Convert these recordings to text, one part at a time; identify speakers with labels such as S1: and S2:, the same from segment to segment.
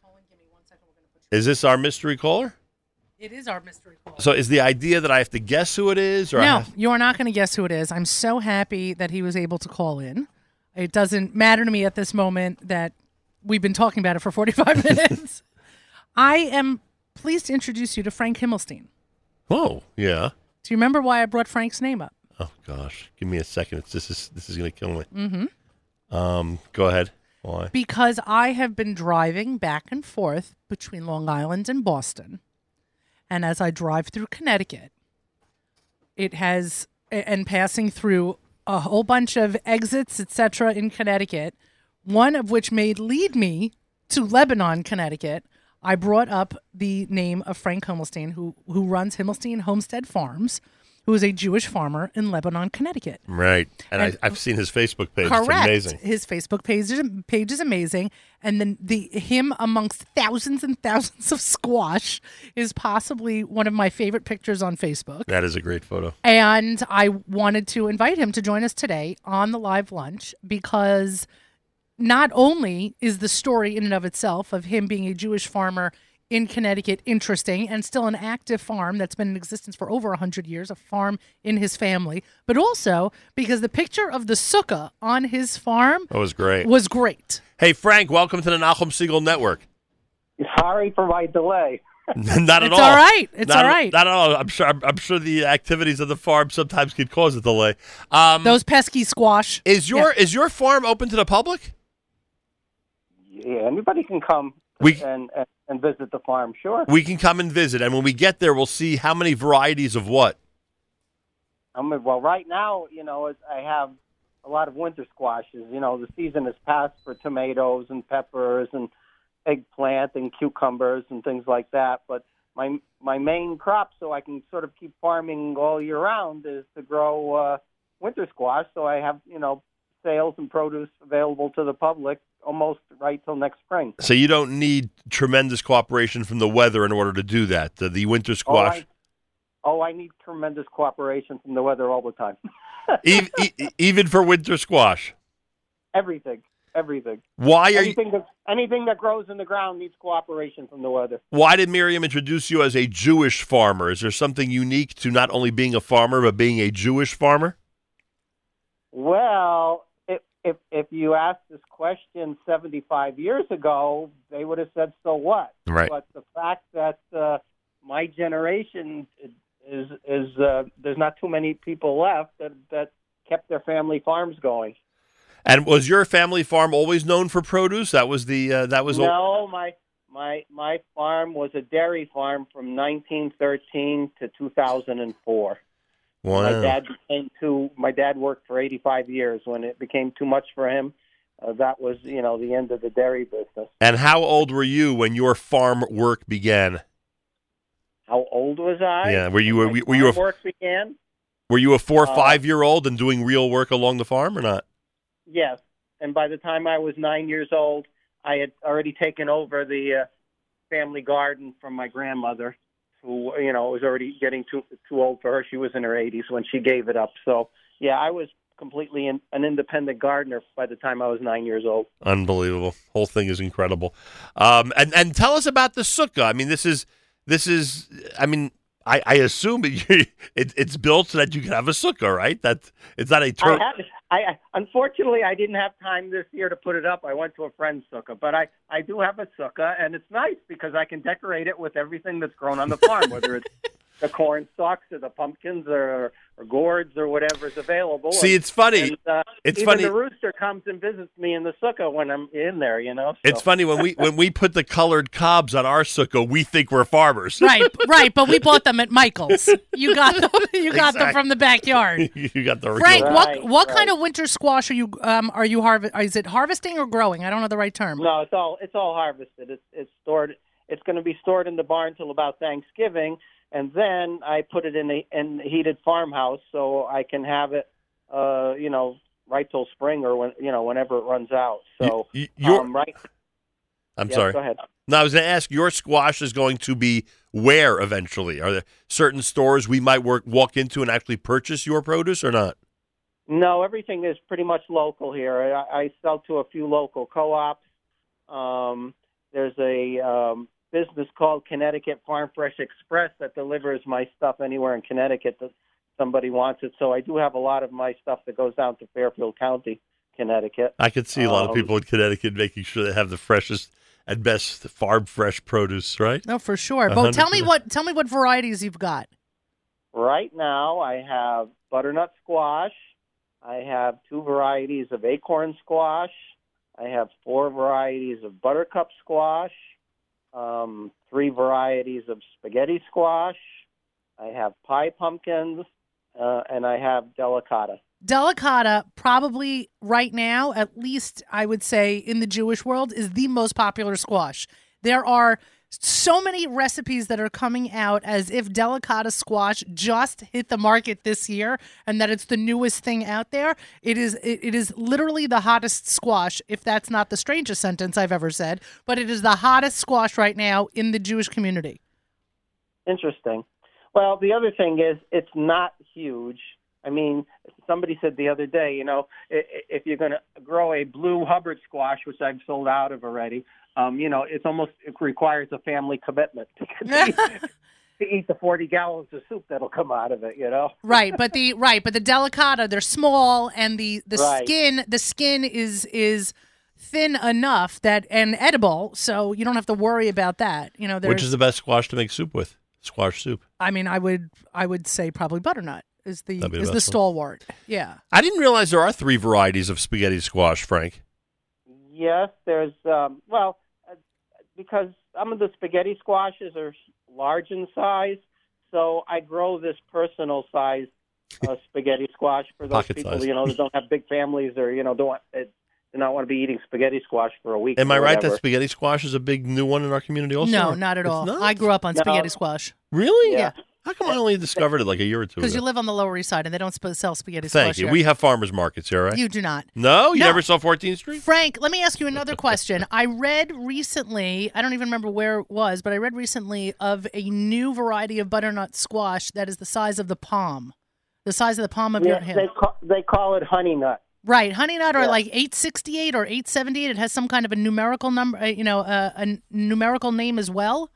S1: second. We're going to put your.
S2: Is this our mystery caller?
S1: It is our mystery caller.
S2: So is the idea that I have to guess who it is, or I
S1: No,
S2: have-
S1: you're not going to guess who it is. I'm so happy that he was able to call in. It doesn't matter to me at this moment that we've been talking about it for 45 minutes. I am pleased to introduce you to Frank Himmelstein.
S2: oh yeah.
S1: Do you remember why I brought Frank's name up?
S2: Oh gosh, give me a second. It's, this is this is gonna kill me. Mm-hmm. Um, go ahead. Why?
S1: Because I have been driving back and forth between Long Island and Boston. And as I drive through Connecticut, it has a- and passing through a whole bunch of exits, etc. in Connecticut, one of which may lead me to Lebanon, Connecticut. I brought up the name of Frank Himmelstein, who who runs Himmelstein Homestead Farms, who is a Jewish farmer in Lebanon, Connecticut.
S2: Right. And,
S1: And-
S2: I, I've seen his Facebook page. It's
S1: Correct.
S2: amazing.
S1: His Facebook page is, page is amazing, and then the him amongst thousands and thousands of squash is possibly one of my favorite pictures on Facebook.
S2: That is a great photo.
S1: And I wanted to invite him to join us today on the live lunch because not only is the story in and of itself of him being a Jewish farmer in Connecticut interesting and still an active farm that's been in existence for over 100 years, a farm in his family, but also because the picture of the sukkah on his farm
S2: That was great.
S1: was great.
S2: Hey Frank, welcome to the Nahum Siegel Network.
S3: Sorry for my delay.
S2: not at
S1: It's
S2: all.
S1: all right. It's
S2: not,
S1: all right.
S2: Not at all. I'm sure. I'm, I'm sure the activities of the farm sometimes can cause a delay. Um,
S1: Those pesky squash.
S2: is your is your farm open to the public?
S3: Yeah, anybody can come
S2: We-
S3: and, and and visit the farm. Sure.
S2: We can come and visit, and when we get there, we'll see how many varieties of what.
S3: I'm well. Right now, you know, it's- I have a lot of winter squashes. You know, the season has passed for tomatoes and peppers and eggplant and cucumbers and things like that. But my my main crop, so I can sort of keep farming all year round, is to grow uh, winter squash. So I have you know sales and produce available to the public almost right till next spring.
S2: So you don't need tremendous cooperation from the weather in order to do that. The, the winter squash.
S3: Oh I, oh, I need tremendous cooperation from the weather all the time.
S2: Ev- e- e- even for winter squash.
S3: everything, everything,
S2: Why are you,
S3: anything that anything that grows in the ground needs cooperation from the weather.
S2: why did Miriam introduce you as a Jewish farmer? Is there something unique to not only being a farmer but being a Jewish farmer?
S3: Well, if if if you asked this question 75 years ago, they would have said, "So what?"
S2: Right.
S3: But the fact that uh, my generation is is uh, there's not too many people left that that kept their family farms going.
S2: And was your family farm always known for produce? That was the uh, that was all.
S3: no, my my my farm was a dairy farm from 1913 to 2004. My
S2: Wow.
S3: dad became too. My dad worked for 85 years. When it became too much for him, uh, that was you know the end of the dairy business.
S2: And how old were you when your farm work began?
S3: How old was I?
S2: Yeah, were you a-
S3: When my
S2: were you a-
S3: farm work began?
S2: Were you a four or
S3: Uh,
S2: five year old and doing real work along the farm or not?
S3: Yes, and by the time I was nine years old, I had already taken over the uh, family garden from my grandmother, who you know was already getting too too old for her. She was in her 80s when she gave it up. So yeah, I was completely in, an independent gardener by the time I was nine years old.
S2: Unbelievable. Whole thing is incredible. Um, and and tell us about the sukkah. I mean, this is this is. I mean, I, I assume it, it, it's built so that you can have a sukkah, right? That it's not a
S3: I,
S2: tur-
S3: had, I I- unfortunately I didn't have time this year to put it up. I went to a friend's sukkah, but I I do have a sukkah, and it's nice because I can decorate it with everything that's grown on the farm, whether it's the corn stalks or the pumpkins or, or gourds or whatever is available.
S2: See,
S3: And-
S2: it's funny.
S3: and, uh,
S2: it's
S3: even
S2: funny.
S3: the rooster comes and visits me in the sukkah when I'm in there. You know, so.
S2: it's funny when we when we put the colored cobs on our sukkah, we think we're farmers.
S1: right, right. But we bought them at Michael's. You got them. You got them
S2: Exactly.
S1: from the backyard.
S2: you got the
S1: Frank,
S2: real-
S1: what
S3: Right,
S1: what
S3: right.
S1: kind of winter squash are you um are you harvest? Is it harvesting or growing? I don't know the right term.
S3: No, it's all it's all harvested. It's it's stored. It's going to be stored in the barn till about Thanksgiving, and then I put it in a in a heated farmhouse so I can have it, uh, you know, right till spring or when you know whenever it runs out. So
S2: You- you- your-
S3: um, right.
S2: I'm
S3: yeah,
S2: sorry.
S3: Go ahead.
S2: No, I was going to ask. Your squash is going to be where eventually? Are there certain stores we might work walk into and actually purchase your produce or not?
S3: No, everything is pretty much local here. I, I sell to a few local co-ops. Um, there's a um, business called Connecticut Farm Fresh Express that delivers my stuff anywhere in Connecticut that somebody wants it. So I do have a lot of my stuff that goes down to Fairfield County, Connecticut.
S2: I could see a lot of
S3: Um,
S2: people in Connecticut making sure they have the freshest and best farm fresh produce, right?
S1: No, for sure.
S2: A
S1: But tell me
S2: hundred percent.
S1: what tell me what varieties you've got.
S3: Right now, I have butternut squash. I have two varieties of acorn squash. I have four varieties of buttercup squash, um, three varieties of spaghetti squash. I have pie pumpkins, uh, and I have delicata.
S1: Delicata, probably right now, at least I would say in the Jewish world, is the most popular squash. There are so many recipes that are coming out as if delicata squash just hit the market this year and that it's the newest thing out there. It is it, it is literally the hottest squash, if that's not the strangest sentence I've ever said, but it is the hottest squash right now in the Jewish community.
S3: Interesting. Well, the other thing is it's not huge. I mean, somebody said the other day, you know, i- i- if you're going to grow a blue Hubbard squash, which I've sold out of already, um, you know, it's almost it requires a family commitment to eat, to eat the 40 gallons of soup that'll come out of it, you know.
S1: right but the right but the delicata they're small and the the
S3: Right.
S1: skin the skin is is thin enough that and edible so you don't have to worry about that you know there's
S2: Which is the best squash to make soup with? Squash soup.
S1: i mean i would i would say probably butternut is the
S2: That'd be the
S1: is the
S2: best one.
S1: stalwart yeah
S2: I didn't realize there are three varieties of spaghetti squash, Frank.
S3: Yes, there's um, well, uh, because some of the spaghetti squashes are large in size, so I grow this personal size uh, spaghetti squash for those
S2: Pocket
S3: people
S2: size.
S3: you know that don't have big families or you know don't want, uh, do not want to be eating spaghetti squash for a week.
S2: Am
S3: or
S2: I right that
S3: whatever.
S2: spaghetti squash is a big new one in our community also?
S1: no
S2: or-
S1: not at
S2: It's
S1: all
S2: not?
S1: i grew up on
S3: No.
S1: spaghetti squash
S2: Really?
S3: Yeah.
S2: How come I only discovered it like a year or two ago?
S1: because you live on the lower east side and they don't sp- sell spaghetti
S2: Thank
S1: squash
S2: you.
S1: here.
S2: We have farmers markets here, right?
S1: you do not
S2: no, you
S1: No.
S2: never saw 14th Street?
S1: Frank, let me ask you another question. I read recently, I don't even remember where it was, but I read recently of a new variety of butternut squash that is the size of the palm, the size of the palm of your
S3: Yeah,
S1: hand.
S3: they call, they call it honey nut.
S1: right. Honey nut are
S3: Yeah.
S1: like 868 or 878. It has some kind of a numerical number, uh, you know, uh, a n- numerical name as well.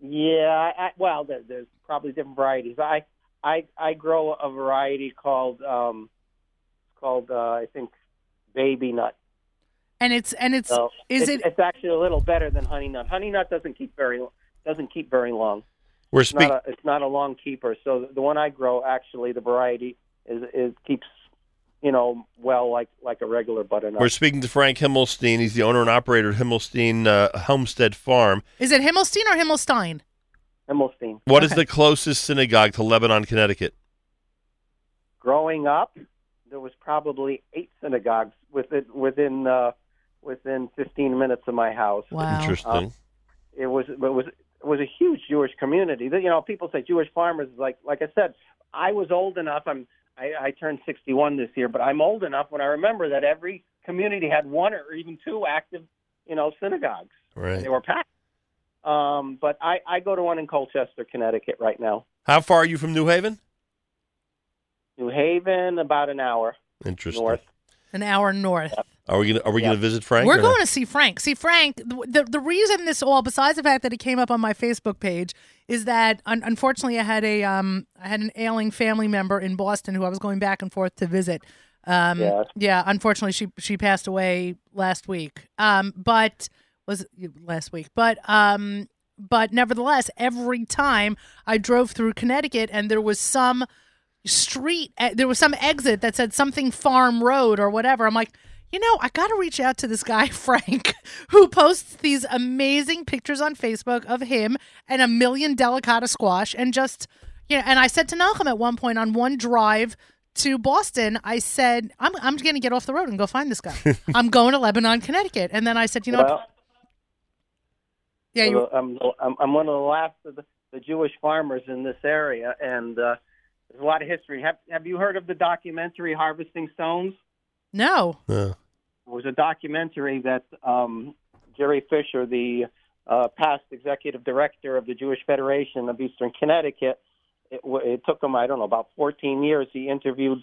S3: Yeah, I, well, there, there's probably different varieties. I I I grow a variety called um, it's called uh, I think baby nut.
S1: And it's, and it's,
S3: So
S1: is
S3: it's,
S1: it-
S3: It's actually a little better than honey nut. Honey nut doesn't keep very doesn't keep very long.
S2: We're
S3: It's not
S2: speaking.
S3: a, it's not a long keeper. So the one I grow actually the variety is is keeps you know well like like a regular butternut.
S2: We're speaking to Frank Himmelstein. He's the owner and operator of Himmelstein uh, Homestead Farm.
S1: is it Himmelstein or Himmelstein?
S3: Himmelstein.
S2: What is
S1: Okay.
S2: the closest synagogue to Lebanon, Connecticut?
S3: Growing up, there was probably eight synagogues within within uh, within 15 minutes of my house.
S1: Wow.
S3: Uh,
S2: Interesting.
S3: it was it was it was a huge Jewish community. You know, people say Jewish farmers. Like like I said, I was old enough. I'm I, I turned 61 this year, but I'm old enough when I remember that every community had one or even two active, you know, synagogues.
S2: right.
S3: They were packed. Um, but I I go to one in Colchester, Connecticut, right now.
S2: How far are you from New Haven?
S3: New Haven, about an hour
S2: Interesting.
S3: north.
S1: An hour north.
S2: Are we gonna Are we
S3: Yeah.
S2: gonna visit Frank?
S1: We're
S2: or
S1: going
S2: not?
S1: to see Frank. See Frank. The, the the reason this all, besides the fact that it came up on my Facebook page, is that un- unfortunately I had a um I had an ailing family member in Boston who I was going back and forth to visit. Um,
S3: Yes.
S1: Yeah. Unfortunately, she she passed away last week. Um, but was it last week. But um, but nevertheless, every time I drove through Connecticut and there was some street eh, there was some exit that said something farm road or whatever i'm like you know i gotta reach out to this guy frank who posts these amazing pictures on facebook of him and a million delicata squash and just you know and i said to malcolm at one point on one drive to boston i said i'm, I'm gonna get off the road and go find this guy i'm going to lebanon connecticut and then i said you know
S3: Well,
S1: what yeah you,
S3: I'm, I'm I'm one of the last of the, the Jewish farmers in this area, and uh, there's a lot of history. Have Have you heard of the documentary Harvesting Stones?
S1: no
S2: No.
S3: It was a documentary that um, Jerry Fisher, the uh, past executive director of the Jewish Federation of Eastern Connecticut, it, w- it took him I don't know about 14 years. He interviewed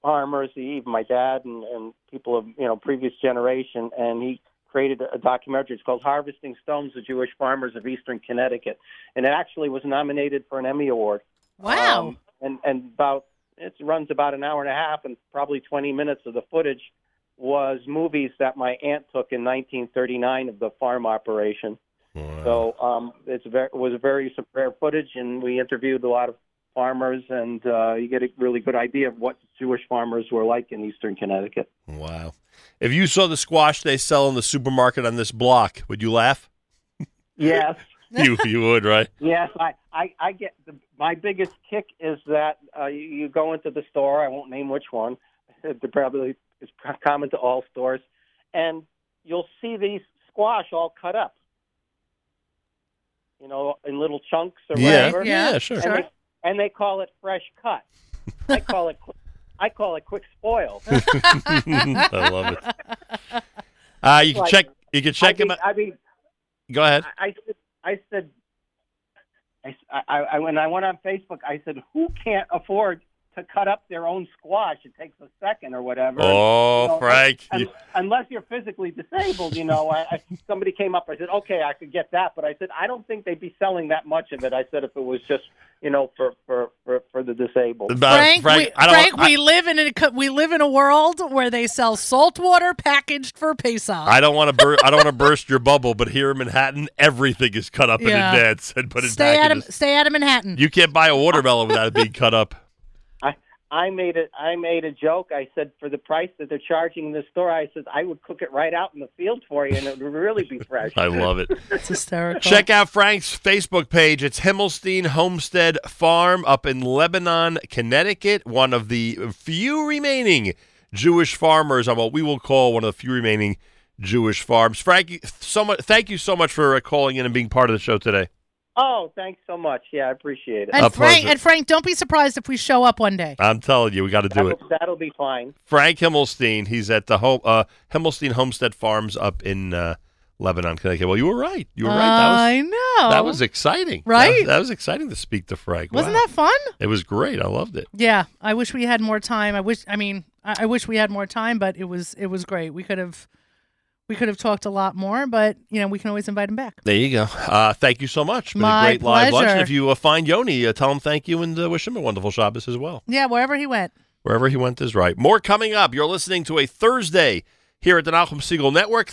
S3: farmers, he, even my dad and, and people of you know previous generation, and he created a documentary. It's called Harvesting Stones: The Jewish Farmers of Eastern Connecticut, and it actually was nominated for an Emmy Award.
S1: Wow.
S3: Um, and and about it runs about an hour and a half, and probably 20 minutes of the footage was movies that my aunt took in 1939 of the farm operation. So um, it's very, it was very some rare footage, and we interviewed a lot of farmers, and uh, you get a really good idea of what Jewish farmers were like in Eastern Connecticut.
S2: Wow. If you saw the squash they sell in the supermarket on this block, would you laugh?
S3: Yes.
S2: You you would, right?
S3: Yes, I, I, I get the, my biggest kick is that uh, you, you go into the store. I won't name which one. They're probably it's pro- common to all stores, and you'll see these squash all cut up. You know, in little chunks or
S2: Yeah.
S3: whatever.
S1: Yeah,
S2: Yeah, sure.
S3: And, they, and they call it fresh cut. I call it quick, I call it quick spoil.
S2: I love it. Uh, you can
S3: Like-
S2: check you can check
S3: I
S2: him
S3: mean,
S2: out.
S3: I mean,
S2: Go ahead.
S3: I, I said, I said, I, s- I, I- when I went on Facebook, I said, who can't afford to cut up their own squash? It takes a second or whatever. You
S2: Oh,
S3: know,
S2: Frank.
S3: un-
S2: you-
S3: Unless you're physically disabled, you know. I, I, somebody came up. I said, "Okay, I could get that," but I said, "I don't think they'd be selling that much of it." I said, "If it was just, you know, for for for, for the disabled."
S2: about-
S1: Frank, we,
S2: Uh, I don't,
S1: Frank,
S2: I,
S1: we live in a co- we live in a world where they sell salt water packaged for Pesach.
S2: I don't want to bur- I don't want to burst your bubble, but here in Manhattan, everything is cut up in
S1: Yeah.
S2: advance and put in
S1: stay out of
S2: packages.
S1: stay out of Manhattan.
S2: You can't buy a watermelon without it being cut up.
S3: I made it. I made a joke. I said, for the price that they're charging in the store, I said I would cook it right out in the field for you, and it would really be fresh.
S2: I love it.
S1: It's hysterical.
S2: Check out Frank's Facebook page. It's Himmelstein Homestead Farm up in Lebanon, Connecticut, one of the few remaining Jewish farmers on what we will call one of the few remaining Jewish farms. Frank, you- so much, thank you so much for uh, calling in and being part of the show today.
S3: oh, thanks so much. Yeah, I appreciate it.
S1: and
S2: A
S1: Frank,
S2: pleasure.
S1: and Frank, don't be surprised if we show up one day.
S2: I'm telling you, we got to do it.
S3: That'll, that'll be fine.
S2: Frank Himmelstein, he's at the home, uh, Himmelstein Homestead Farms up in uh, Lebanon, Connecticut. Well, you were right. You were right.
S1: I know.
S2: That was, that was exciting. That
S1: Right?
S2: was- That was exciting to speak to Frank.
S1: Wasn't
S2: Wow.
S1: that fun?
S2: It was great. I loved it.
S1: Yeah, I wish we had more time. I wish. I mean, I, I wish we had more time, but it was it was great. We could have we could have talked a lot more, but you know, we can always invite him back.
S2: There you go. Uh, thank you so much. Been
S1: My
S2: a great live lunch. And
S1: pleasure.
S2: if you uh, find Yoni, uh, tell him thank you and uh, wish him a wonderful Shabbos as well.
S1: Yeah, wherever he went.
S2: Wherever he went is right. More coming up. You're listening to a Thursday here at the Nahum Siegel Network.